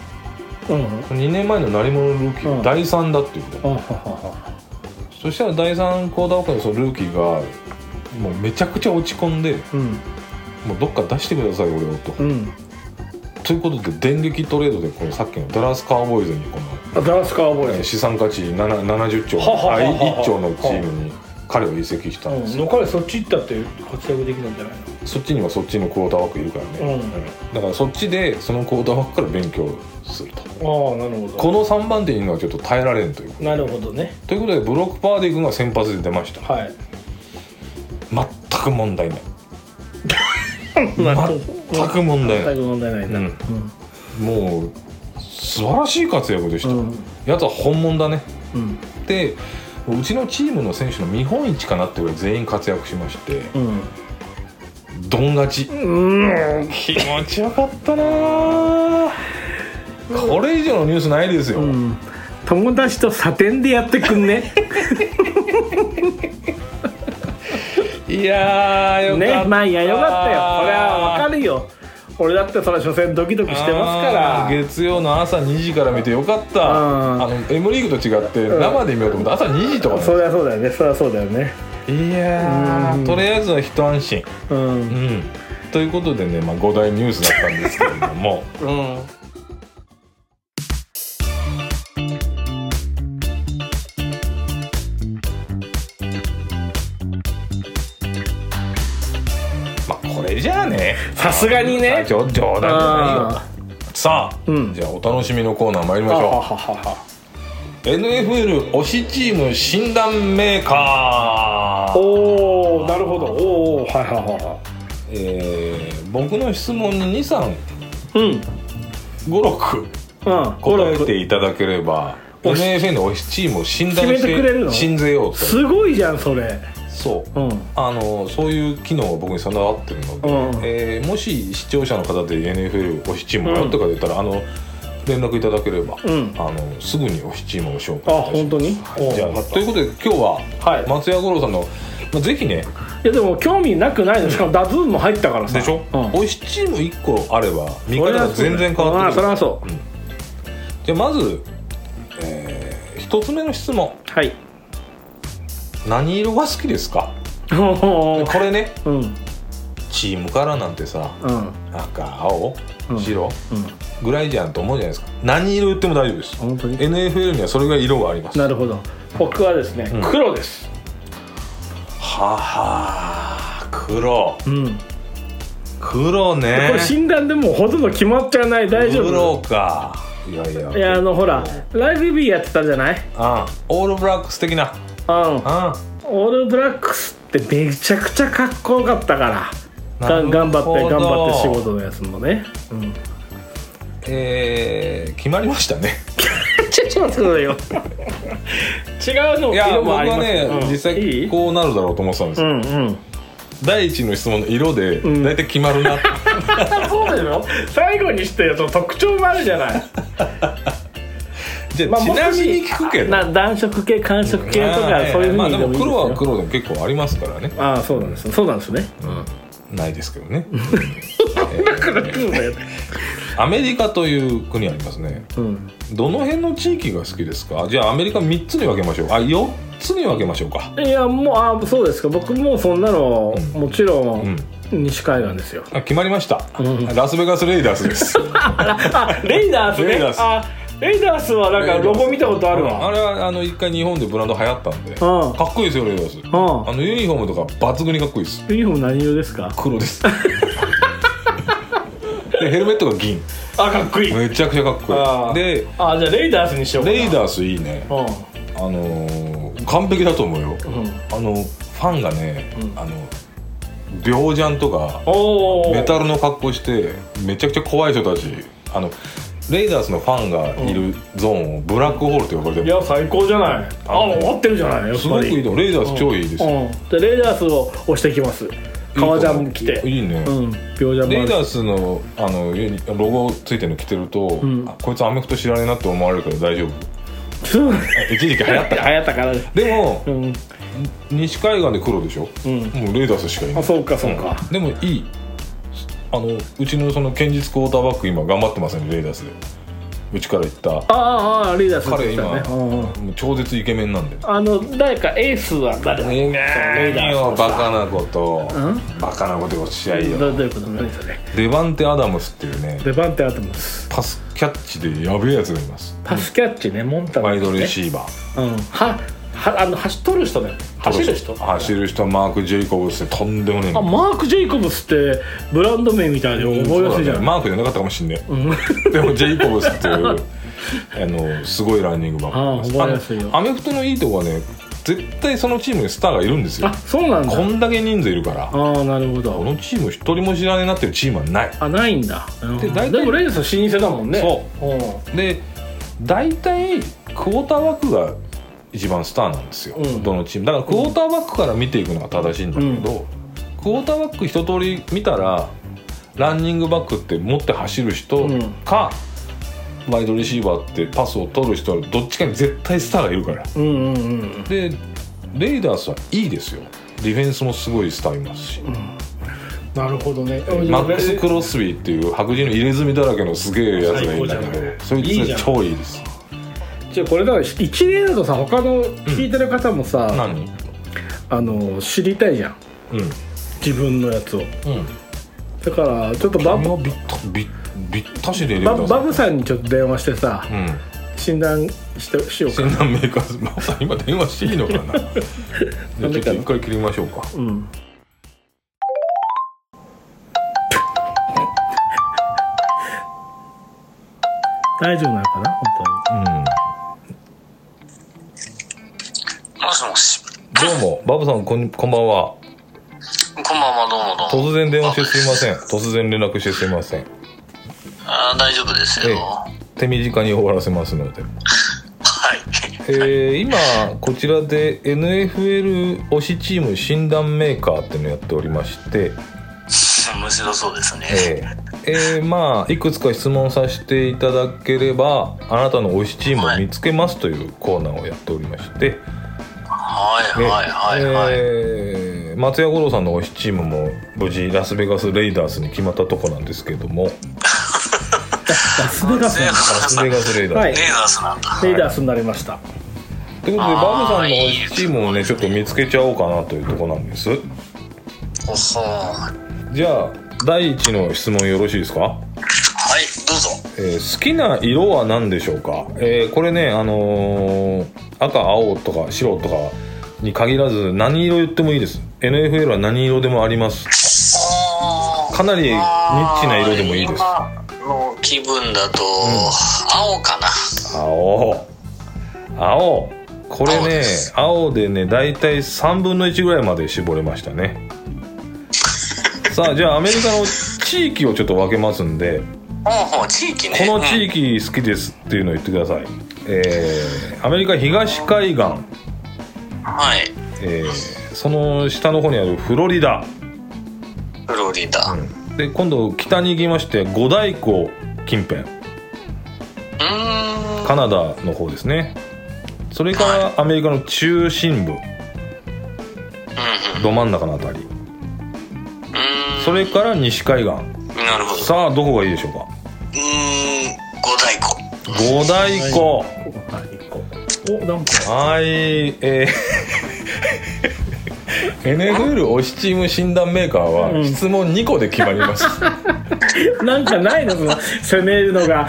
うんうん
2年前の鳴り物ルーキー、
うん
第3だっていうこと
ははは
そしたら第3クォーターバックのそのルーキーがもうめちゃくちゃ落ち込んで
うん
もうどっか出してください俺をと、
うん
ということで電撃トレードでこのさっきのダラスカーボーイズにこの
あダラスカーボーイ
えー
ズ
資産価値7 70兆
はははは
あ1兆のチームに彼を移籍したんですよ、
うん彼そっち行ったって活躍できるんじゃない
そっちにはそっちのクォーターバックいるからね、
うん
だからそっちでそのクォーターバックから勉強すると
のああなるほ
この3番手にいうのはちょっと耐えられんという
どなるほどね
ということでブロックパーディ君が先発で出ました
はい
全く問 題ない
まあ
全く問題な
全
い
く問題ないな
う
うんん
もう素晴らしい活躍でした、
うん
やつは本物だね
うん
でうちのチームの選手の見本市かなってぐらい全員活躍しまして
うん
どん勝ち
うん
気持ちよかったなあこれ以上のニュースないですよ、
うん友達とサテンでやってくんね
いやーよかった
ねまあいやよかったよこれはわかるよ俺だってそれは所詮ドキドキしてますから
あー月曜の朝2時から見てよかった
うん
あの M リーグと違って
うん
生で見ようと思って朝2時とかね
そりゃそうだよねそりゃそうだよね
いや
うん
ーとりあえずは一安心
うん
うんということでね、まあ、5大ニュースだったんですけれど も
うん
まあこれじゃあね
さすがにね
ちょ冗談じゃないよ
あ
さあ、
うん
じゃあお楽しみのコーナー参りま
あ
し
はは
ょ
はは
う NFL 推しチーム診断メーカー
おおなるほどおーおーはいはいはいは
えー僕の質問に
いうん
2356
うんこ
答
れ
えていただければ
押し
NFL 推しチームを診断し
決めてくれる
て
の
信ぜようと
すごいじゃんそれ
そう
うん
あのそういう機能が僕に備わってるので、
うん
えーもし視聴者の方で NFL 推しチームをやるとか出たら、あの連絡いただければ、
うん
あのすぐに推しチームを紹介いた
あ
します
本当におー
じゃあ
よかっ
ということで今日は
たはい
松屋五郎さんの、まあ、ぜひね
いやでも興味なくないのしかもダズーンも入ったからさ
でしょ、
うん
推しチーム1個あれば見方が全然変わってく
それ
る
はそうだ
じゃあまず、え1つ目の質問
あそれは
何色が好きですか
そうはいおー
これね
うん
チームカラーなんてさ
うん
赤青
うん
白、
うん
ぐらいじゃんと思うじゃないですか何色言っても大丈夫です
本当に
NFL にはそれぐらい色がありますは
なるほど僕はですね、
うん
黒です
は黒
うん
黒ね
これ診断でもうほとんど決まっちゃわない大丈夫
黒かいやいや
いやあのほら
うん
ラグビーやってたじゃない
オールブラックス的な
うん
う
オールブラックスってめちゃくちゃかっこよかったから
なる
が
ほど
ん頑張って頑張って仕事のやつもね、うん、
んえー決まりましたね
ちょっと待ってくださいよ違うの
いや
色
僕
もあり
は
ます
ね、
うん
実
いい
際こうなるだろうと思ってたんです
う
よ、
ん うん
第一の質問の色で
ん
大体決まる な、
そうでしょ最後にしてその特徴もあるじゃない
じゃあ、
まあ
ちなみに聞くけど
な暖色系寒色系と
まあ
か
ね
そういうふうに
まあでも黒
で
は
もいいですよ
黒でも結構ありますからね
ああそうなんですそうなんですね
ないですけど ね
だから黒だよ
アメリカという国ありますね
うん
どの辺の地域が好きですかじゃあアメリカ3つに分けましょうあ4つに分けましょうか
いやもうあそうですか僕もうそんなの、
うん
もちろ
うん
ん西海岸ですよ、
あ決まりました、
うん
ラスベガスレイダースです
あレイダースね
レイダース
あレイダースはなんかロゴ見たことある
うんあ
わ
れはあの一回日本でブランド流行ったんで、
ん
かっこいいですよレイダース、
ん
あのユニフォームとか抜群にかっこいいです
ユニフォーム何色ですか
黒 ですでヘルメットが銀
あかっこい
めちゃくちゃかっ
あ
こい
ー
いで
あじゃあレイダースにしようかな
レイダースいいね
うん
あのー完璧だと思うよ、
うん
あのファンがね、あの病ジャンとか
おお
メタルの格好してめちゃくちゃ怖い人たちあのレイダースのファンがいるゾーンをブラックホールと呼ばれて
い
る
や最高じゃないあ合ってるじゃないやっ
すご
ぱ
くいい
り
と思うレイダース超いいですよ
うんでレーダースを押してきます革ジャン着て
いいね、
うん秒ジャン
レイ
もあ
ダ
る
ースのあのユニロゴついてるの着てると、
ん
あこいつアメフト知らねえなって思われるから大丈夫
そう流
一時期流行った
行ったから
でも
うん
西海岸で黒でしょ
うん
もうレイダースしかいない
あそうかそうか
うんでもいいあのうちのその堅実クォーターバック今頑張ってますねレイダースでうちから行った
ああああレーダース
彼
来た
今、
うんうん
もう超絶イケメンなんで
あの誰かエースは誰だ
いいね
レイダースの
よバカなこと、
う
バカなことおっしゃい
ど
よ
どういうこと何それ
デバンテ・アダムスっていうね
出番ってあと思す
パスキャッチでやべえやつがいます
パスキャッチねモンタナ
ワ
ね
イドレシーバー
うんははあの走っとる人だよ走る人
走る人マーク・ジェイコブスってとんでもねえ
あマーク・ジェイコブスってブランド名みたいで思いやすいじゃん、
マークじゃなかったかもしんねえ でもジェイコブスっていうあのすごいランニングバックです
ああ覚えやすいよ
あのアメフトのいいとこはね絶対そのチームにスターがいるんですよ
あそうなん
こ
だ
んだけ人数いるからこ
ああなるほど
のチーム一人も知らねえなっていうチームはない
あないんだ
で大体
でもレイズスは老舗だもんね、
そうで大体クォーターバックが一番スターなんですよ、
うん
どのチームだからクォーターバックから見ていくのが正しいんだけど、クォーターバック一通り見たらランニングバックって持って走る人
うん
か、ワイドレシーバーってパスを取る人どっちかに絶対スターがいるから
うん、うんうんうん
でレイダースはいいですよディフェンスもすごいスターいますし、
なるほどね
マックス・クロスビーっていう白人の入れ墨だらけのすげえやつがいるんだけ
最高じゃない
どそい
いいじゃん
つ超いいです
じゃあこれだから一例だとさ他の聞いてる方もさ、
何
あの知りたいじゃん
う
自分のやつを
んうん
だからちょっとバ
あん
ブ
まびったびびったしで入れ
バ
た
ブ
ぞ
バブさんにちょっと電話してさ
うん
診断してしようか
診断メーカーズ まさ今電話していいのかなじゃあ ちょっと一回切りましょうか
うん 大丈夫なのかな
もしもし。
うんどうもバブさんこんこんばんは
こんばんは、どうもどうも。
突然電話してすいませ ん突然連絡してすいません
あー大丈夫ですよ。
ええ手短に終わらせますので
はい。
えー、今こちらで NFL 推しチーム診断メーカーっていうのをやっておりまして、
むしろそうですね。
えーえーまあいくつか質問させていただければあなたの推しチームを見つけますというコーナーをやっておりまして、
はい
ね
はいはいはい。
えー松屋五郎さんの推しチームも無事ラスベガス・レイダースに決まったとこなんですけども
ラスベガス
松屋
ラスベガス・レイダース。
はい
レーダースなんだ。
レイダースになりました
ということで
あー
バブさんの推
いいで
し
すね
チームをねちょっと見つけちゃおうかなというとこなんです
おっほーはい、
じゃあ第一の質問よろしいですか
どうぞ。
えー好きな色は何でしょうか、えーこれね、あのー赤青とか白とかに限らず何色言ってもいいです NFL は何色でもありますかなりニッチな色でもいいです
あー。今の気分だと、青かな。
青青これ
青
ね
です
青でね大体3分の1ぐらいまで絞れましたねさあじゃあアメリカの地域をちょっと分けますんで
ほうほう、地域ね。
この地域好きですっていうのを言ってください、えーアメリカ東海岸
うんはい。
えーその下の方にあるフロリダ
フロリダ。う
で今度北に行きまして五大湖近辺
ーん。
カナダの方ですねそれからアメリカの中心部
うん
ど真ん中のあたり
うん。う
それから西海岸
ーん。なるほど。う
さあどこがいいでしょうか
ーん。五
五
大湖。
大湖
おなんか
はいえー NFL 推しチーム診断メーカー
う
は
ん
質問2個で決まります、
なんかないの その攻めるのが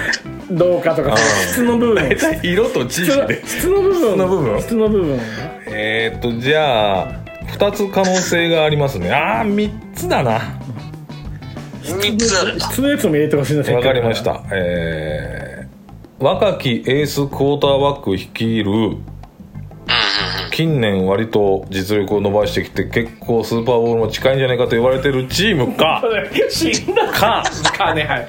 どうかとか
あー
その質の部分
色と地域で
質の部分
質の部分
質の部分
えー、っとじゃあ2つ可能性がありますねあー3つだな
三つあるんだ。
質のやつも入れてほしいなせっ
わ
くだ
からりました。えー若きエースクォーターバック率いる
うんうんうん。
近年割と実力を伸ばしてきて結構スーパーボールも近いんじゃないかと言われてるチームか
死んだ
か、
かねはい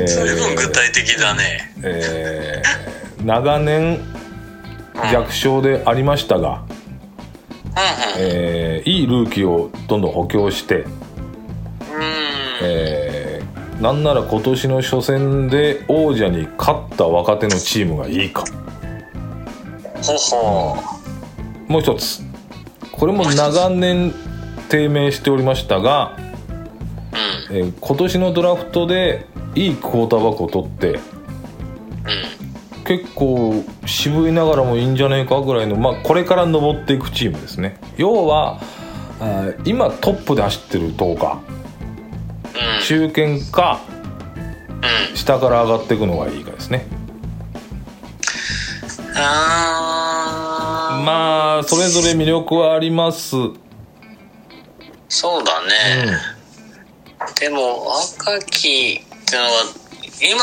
えー
随分具体的だね。
えー長年逆勝でありましたが、
う
えーいいルーキーをどんどん補強して、
んうん。うん。
えーなんなら今年の初戦で王者に勝った若手のチームがいいか
ほほ
もう一つこれも長年低迷しておりましたが、
う。うん。
えー今年のドラフトでいいクォーターバックを取って
うん。
結構渋いながらもいいんじゃないかぐらいの、まあ、これから上っていくチームですね要はあー今トップで走ってるとか
うん。
中堅か
うん。
下から上がっていくのがいいかですね
あー。
まあそれぞれ魅力はあります、うん、
そうだね。でも、若きってのは、今、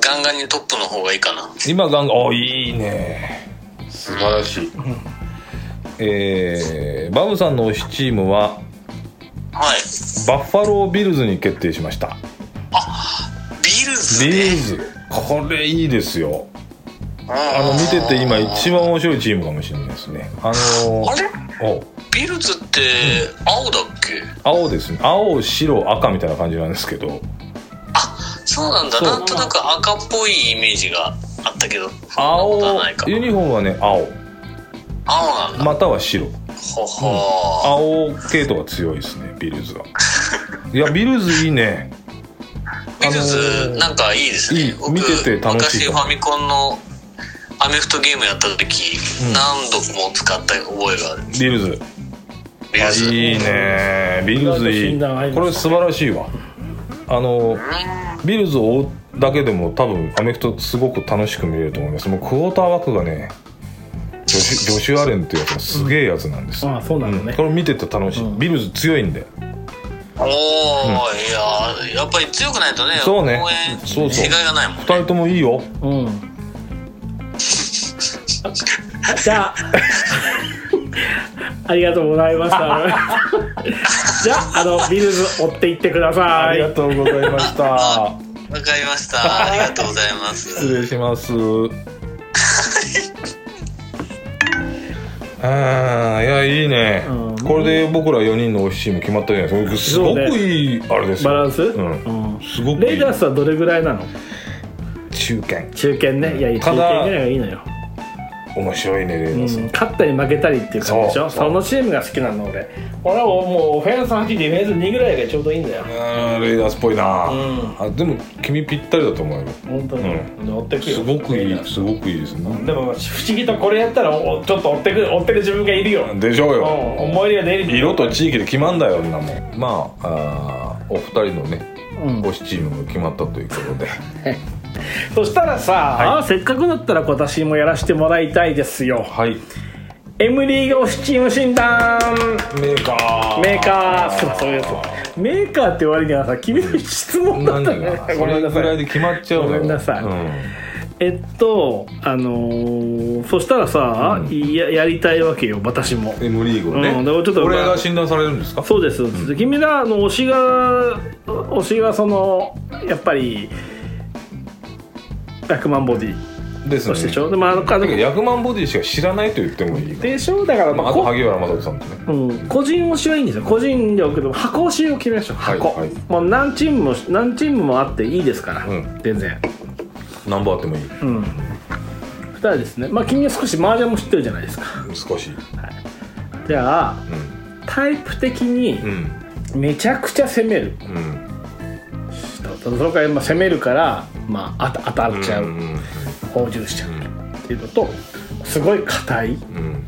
ガンガンにトップの方がいいかな。
今ガンガンおいいね素晴らしい、えーバブさんの推しチームは
はい。
バッファロービルズに決定しました
ビルズ
ビ
ね。
ルズこれいいですよあ
あ
の見てて今一番面白いチームかもしれないですねあの
あれ
お
ビルズって、青だっけ
青ですね青白赤みたいな感じなんですけど
そうなんだ。
そう
なんとなく赤っぽいイメージがあったけど、そん
青
なことはないか。
ユニフォームはね青
青なんだ。
または白
ほほ
青系統が強いですねビルズはいやビルズいいね
ビル
あ
ズ
のー
なんかいいですね。
いい
僕
見てて楽しい
昔ファミコンのアメフトゲームやった時、
うん
何度も使った覚えがある。
ビルズ
ビルズ。
いいねビルズい
診
い
断入りまし
こ
たね
れ素晴らしいわあの
うん
ビルズを追うだけでも多分アメフトすごく楽しく見れると思いますもうクォーター枠がねジョシュジョシュアレンっていうやつがすげえやつなんです、
ああそうなのね
これ見てて楽しい、
うん
ビルズ強いんで
おー、いやーやっぱり強くないとね
そうね
応援
そうそう
しがいがないもん
2人ともいいよ
うんじゃあありがとうございました じゃああのビルズ追っていってくだ
あ
さ
りが
い
とうございました
わかりましたありがとうございます
失礼し ますあーいやいいね、
うん
これで僕ら4人のオフィスチーム決まったじゃないですか
そ
す
うね
ごくいいあれですよ
バランス、
うん
うん
すごく
レ
い
イ
い
ダースはどれぐらいなの
中堅
中堅ねいやいや中
ただ
堅ぐらいがいいのよ、
面白いねレイダ
うん
ース、、
勝ったり負けたりっていう感じでしょ
そう
そ
そう
のチームが好きなの俺俺はもうオフェンス8ディフェンス2ぐらいがちょうどいいんだよ
あーレイダースっぽいな、
うん
あでも君ぴったりだと思うよ
本当に、
う
追ってくよ
すごくい
み
い
んな
すごくいいですね
でも不思議とこれやったらおちょっと追ってく追ってる自分がいるよ、うん、
でしょうよ、
思い入れが出る
色と地域で決まんだよそんなもんまああーお二人のね
うん
推しチームが決まったということで
そしたらさ、あせっかくだったら私もやらせてもらいたいですよ
はい
エムリーが推しチーム診断
メーカー
メーカーそうそういうやつメーカーって割にはさ君の質問だ
な
っ
ん
た
だ
ね
よ
ご
そ
めん
れ
な
ぐ
さ
らい
い
で決まっちゃうのよ
ごめんなさい
うん
えっとあのーそしたらさ、
うん
いややりたいわけよ私も
M リーグをね、
うんでもちょっと
これが診断されるんですか
そうです、君らあの推しが推しがそのやっぱり100万ボディ
です
そ
ね
してでしょ、でもあのあ
だ
の
けどヤクマンボディしか知らないと言ってもいいか
でしょだから、
な、まあ、あと
こ
萩原正人さんとね
うん、個人推しはいいんですよ個人で送る箱推しを決めましょう箱、
はいはい
もう何チームも何チームもあっていいですから、
うん
全然
何本あってもいい
うん二人ですねまあ君は少し麻雀も知ってるじゃないですか
少し
じゃあ
うん
タイプ的に
うん
めちゃくちゃ攻める
うん
そのからまあ攻めるから、まあ、あた当たっちゃう、
うん
放獣しちゃうっていうのとすごい硬い
うん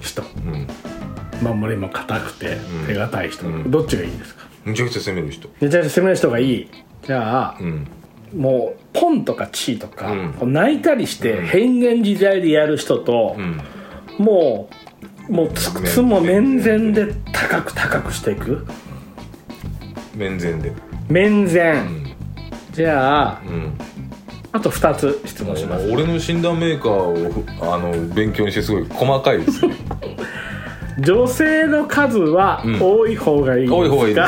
人
うん
守りも硬くて
ん
手堅い人、
うん
どっちがいいですか
めちゃくちゃ攻める人
めちゃくちゃ攻める人がいいじゃあ、
うん
もうポンとかチーとか、
うん
こう泣いたりして変幻自在でやる人と
う、ん
もうもうつくつも面前で高く高くしていく
面前で
面前、
ん
じゃあ
うん
あと2つ質問します
俺の診断メーカーをあの勉強にしてすごい細かいですね
女性の数は
うん
多い方がいいですか、
多い方がいいで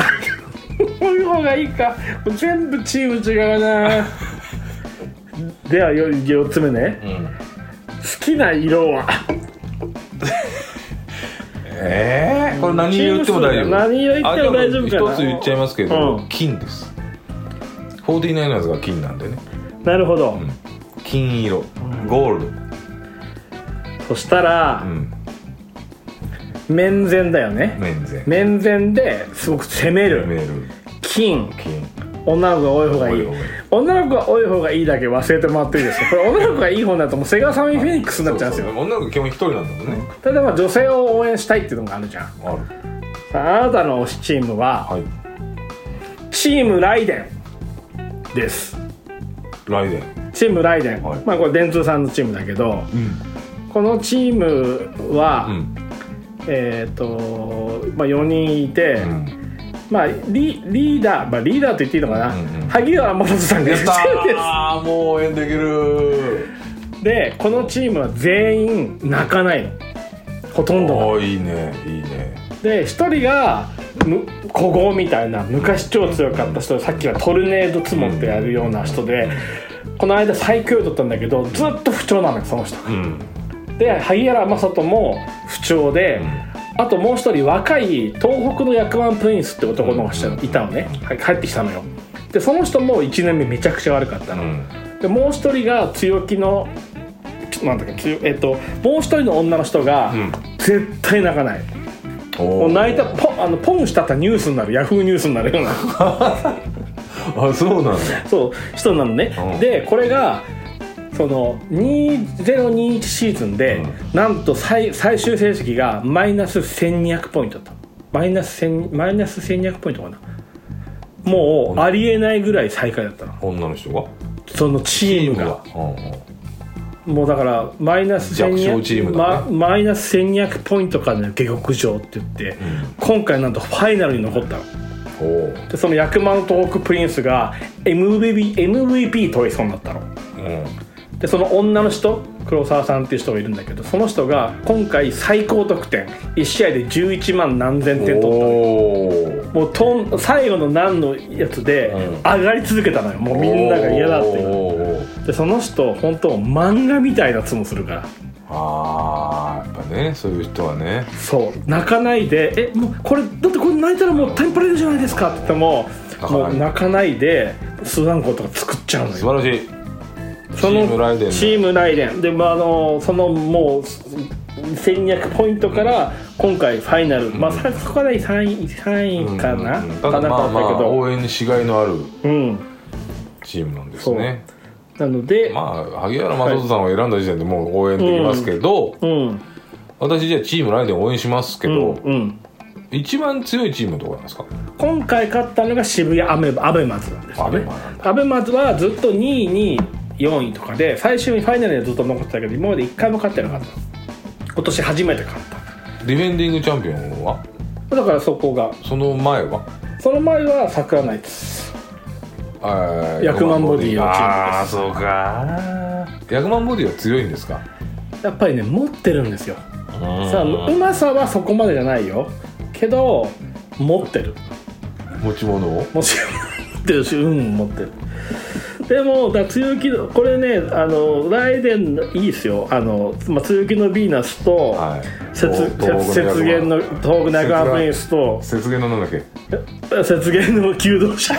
多い方がいいかもう全部チーム違うなではよ4つ目ね
うん
好きな色は
ええこれ何言っても大丈夫
何色言っても大丈夫かな
あでも一つ言っちゃいますけど、
うん
金です49ers が金なんでね
なるほど、
ん金色ゴールド
そしたら
う、ん
面前だよね
面前
面前ですごく攻め
メ
る
ール
金
金
女の子が多い方がいい
多い方がいい
女の子が多い方がいいだけ忘れてもらっていいですかこれ女の子がいい方だともうセガサミフェニックスになっちゃうんです
そ
よ
そ女の子基本一人なんだもんね、
例えば女性を応援したいっていうのがあるじゃん
ある
あなたの推しチームは
はい
チームライデンです
ライデン
チームライデン、
はい
まあこれ電通さんのチームだけど
うん
このチームは、
うん
えっ、と、まあ、4人いて、
うん
まあリリーダー、まあ、リーダーと言っていいのかな、
うんうんうん
萩原正人さんが
や
い
っ
る
た
チームで
ー もう応援できる
すでこのチームは全員泣かないのほとんどが
おーいいねいいね
で一人がむ古豪みたいな昔超強かった人でさっきはトルネードツモってやるような人でこの間最強位だったんだけどずっと不調なのよその人が
うん
で萩原正人も不調で、あともう一人若い東北の役満プリンスって男の人がいたのねはい帰ってきたのよでその人も1年目めちゃくちゃ悪かった
う
の、
ん
でもう一人が強気のちょっとなんだっけ強えっともう一人の女の人が
ん
絶対泣かない、も
お
う
ー
泣いたポンあのポンしたったニュースになるヤフーニュースになるような
あそうなんだ
そう人なのね、
うん
でこれがその2021シーズンで、なんと最最終成績がマイナス1200ポイントだったマイナス1000マイナス1200ポイントかなもうありえないぐらい最下位だったの
女の人が
そのチームが
うんうん
もうだからマイナス
弱小チー
1200
ムだね
ママイナス1200ポイントからの下克上って言って、今回なんとファイナルに残ったの
お
でその役満トークプリンスが MVP, MVP 取りそうになったの
ー
でその女の人黒沢さんっていう人がいるんだけどその人が今回最高得点1試合で11万何千
うん
点取った
おー
もうとん最後の何のやつで
うん
上がり続けたのよもうみんなが嫌だっていう
おー
でその人本当漫画みたいなツもするから
あーやっぱねそういう人はね
そう泣かないで「えもうこれだってこれ泣いたらもうテンパれるじゃないですか」って言っても
泣か
も
ないう
泣かないでスダンコとか作っちゃうのよ
素晴らしい
その
チームライデンの
チームライデンで、まあ、あのそのもう1200ポイントから今回ファイナル、まあさそこで3位3位かな、
うんた
かな
だ
か
まあま
ったけ
あ
ど、
応援しがいのある
うん
チームなんですね
なので、
まあ萩原正人さんを選んだ時点でもう応援できますけど、
うん
私じゃあチームライデン応援しますけ
う
ど、
んうん
一番強いチームどこなんですか
今回勝ったのが渋谷アメアベマズなんですよ
アベ
ね
マなん
アベマズはずっと2位に4位とかで最終にファイナルにはずっと残ってたけど今まで1回も勝ってなかった今年初めて勝っ
ディフェンディングチャンピオンは
ただからそこが
その前は
その前は桜ナイツ
あー
ヤクマンボディのチームです
ああそうかヤクマンボディは強いんですか
やっぱりね持ってるんですよさ
さ
あうまさはそこまでじゃないよけど持ってる
持ち物を
もちろん持ってるしうん持ってるでもだ強気のこれねあのライデンのいいですよあの、まあ、強気のヴィーナスと、
はい
雪雪雪原の東北中川プリンスと
雪原のなんだっけ
雪原の求道者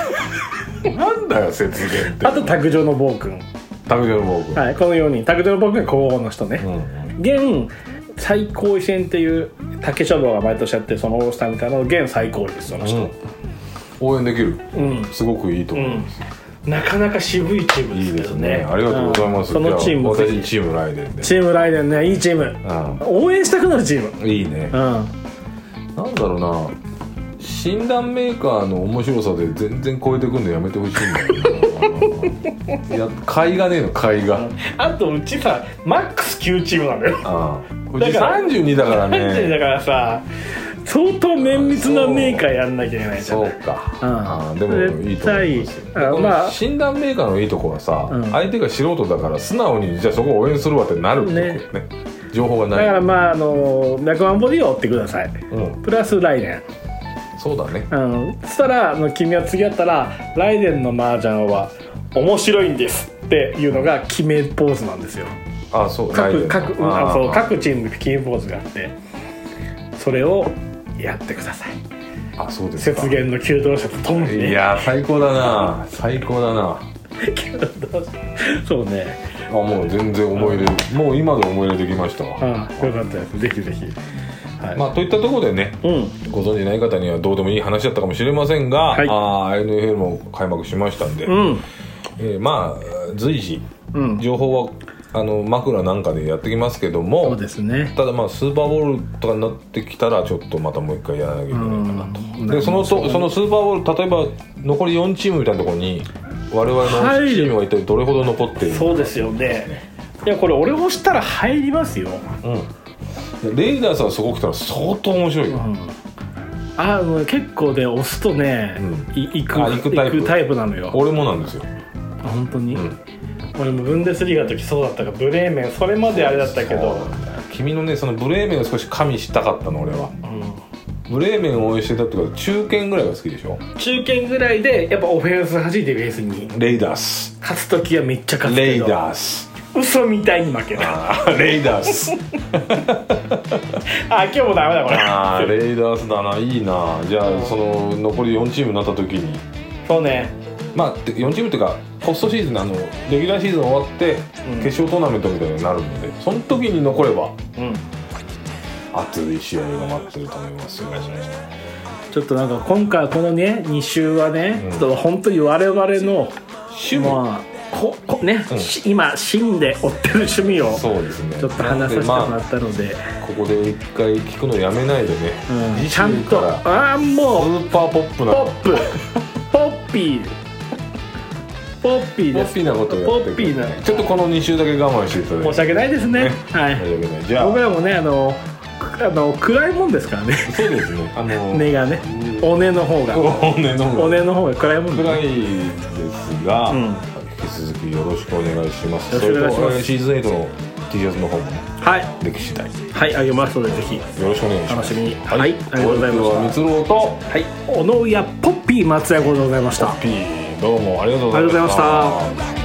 なんだよ雪原って
あと卓上の暴君
卓上の防具
はいこの4人卓上の暴君が高校の人ね、
うん
現最高位戦っていう竹書房が毎年やってるそのオールスターみたいなの現最高位ですその
う
人
ん応援できる
うん、
すごくいいと思います、
なかなか渋いチームで
いい
すけ
で
ど
す
ね
ねありがとうございます、
うんそのチームも
じゃあ
ぜ
私
ひ
チームライデンで
チーム来年ねいいチーム
う
応援したくなるチーム
んいいね
うん
なんだろうな診断メーカーの面白さで全然超えてくんのやめてほしいんだよ ないや買いがねえの買いが、
あとうちさマックス9チームなのよ
ああうち
だから
32だから
なんで
ね
だからさ相当綿密なメーカーやんなきゃいけないじゃん
そうか、
うん
あーでもいいと思います
絶対あ
よ
まあ
診断メーカーのいいところはさ、
うん
相手が素人だから素直にじゃあそこを応援するわってなるってことね情報が
だ
ない
からまああの100万ボディを追ってください
うん、
プラスライデン
そうだね
うん、そしたらあの君は次やったら「ライデンの麻雀は面白いんです」っていうのが決めポーズなんですよ
あそうライデ
各
ン
各うんあそう各チームで決めポーズがあってそれをやってください
あそうですか
雪原の弓道者とともに
い
ね
やー最高だな最高だな
弓道者 そうね
あもう全然思い入れもう今で思い入れできましたわ、
ああよかったですぜひぜひはい、
まあといったところでね
うん
ご存じない方にはどうでもいい話だったかもしれませんが、
はい
あー INFL も開幕しましたんで、
うん
えーまあ随時
うん
情報はあの枕なんかでやってきますけども
そうですね
ただまあスーパーボールとかになってきたらちょっとまたもう一回やらなきゃいけないかな
うん
とでそのとそのスーパーボール例えば残り4チームみたいなところに我々
は
の
い
チームは一体どれほど残っているのか
そうですよねいやこれ俺もしたら入りますよ
うん、レイダーさんそこ来たら相当面白いよ、
あもう結構ね押すとね、
う
い行く
あ行くタイプ
なのよ
俺もなんですよ
あ本当に、
ん
俺もブンデスリーガの時そうだったからブレーメンそれまであれだったけど
そう君のねそのブレーメンを少し加味したかったの俺は
う
ブレーメンを応援してたってことは中堅ぐらいが好きでしょ
ん中堅ぐらいでやっぱオフェンスはじいてベースに
レイダース
勝つ時はめっちゃ勝つ
レ
け
イ
ど
ダース
嘘みたいに負けたあ
あーレイダー ス
今日もダメだこれ
あーレイダースだないいなじゃあその残り4チームになった時に
そうね
まあて4チームっていうかポストシーズンあのレギュラーシーズン終わって
うん
決勝トーナメントみたいになるのでその時に残れば
うん
熱い試合が待ってると思いますよ
ちょっとなんか今回このね2週はね、
うん
ちょっと本当に我々の
趣味
まあここね、
うん
し今真で追ってる趣味を
そうですね
ちょっと話させても
なんでま
ら
あ
ったので、
ここで一回聞くのやめないでね、
うん
次
ちゃ
週
ん
か
と
ら
ああ
ス
もう
ーパーポップな
ポップポッピーポッピー
ポ
で
ッ
す
ピーなことをやってくる
ポッピーな
ちょっとこの2週だけ我慢していただいて
申し訳ないですねは
申
い
し訳ないじゃあ
僕らもねあのくあの暗いもんですからね
そうですねあの
根がね
うん
お根の方が
お根の
お根の方が暗いもん
ぐ
で
らいですが、
うん
引き続きよろしくお願いします
よろしくお願いします
それとシーズン8の T シャツの方もね
はい
歴史大よ
はいあげますのでぜひ
ろしくお願いしま
楽
す
しみにはい、ありがとうございま
お相手は
し
蜜ろと
たはい尾上ポッピー松也子でございました
ピーどうもありがとう
ありがとうございました
した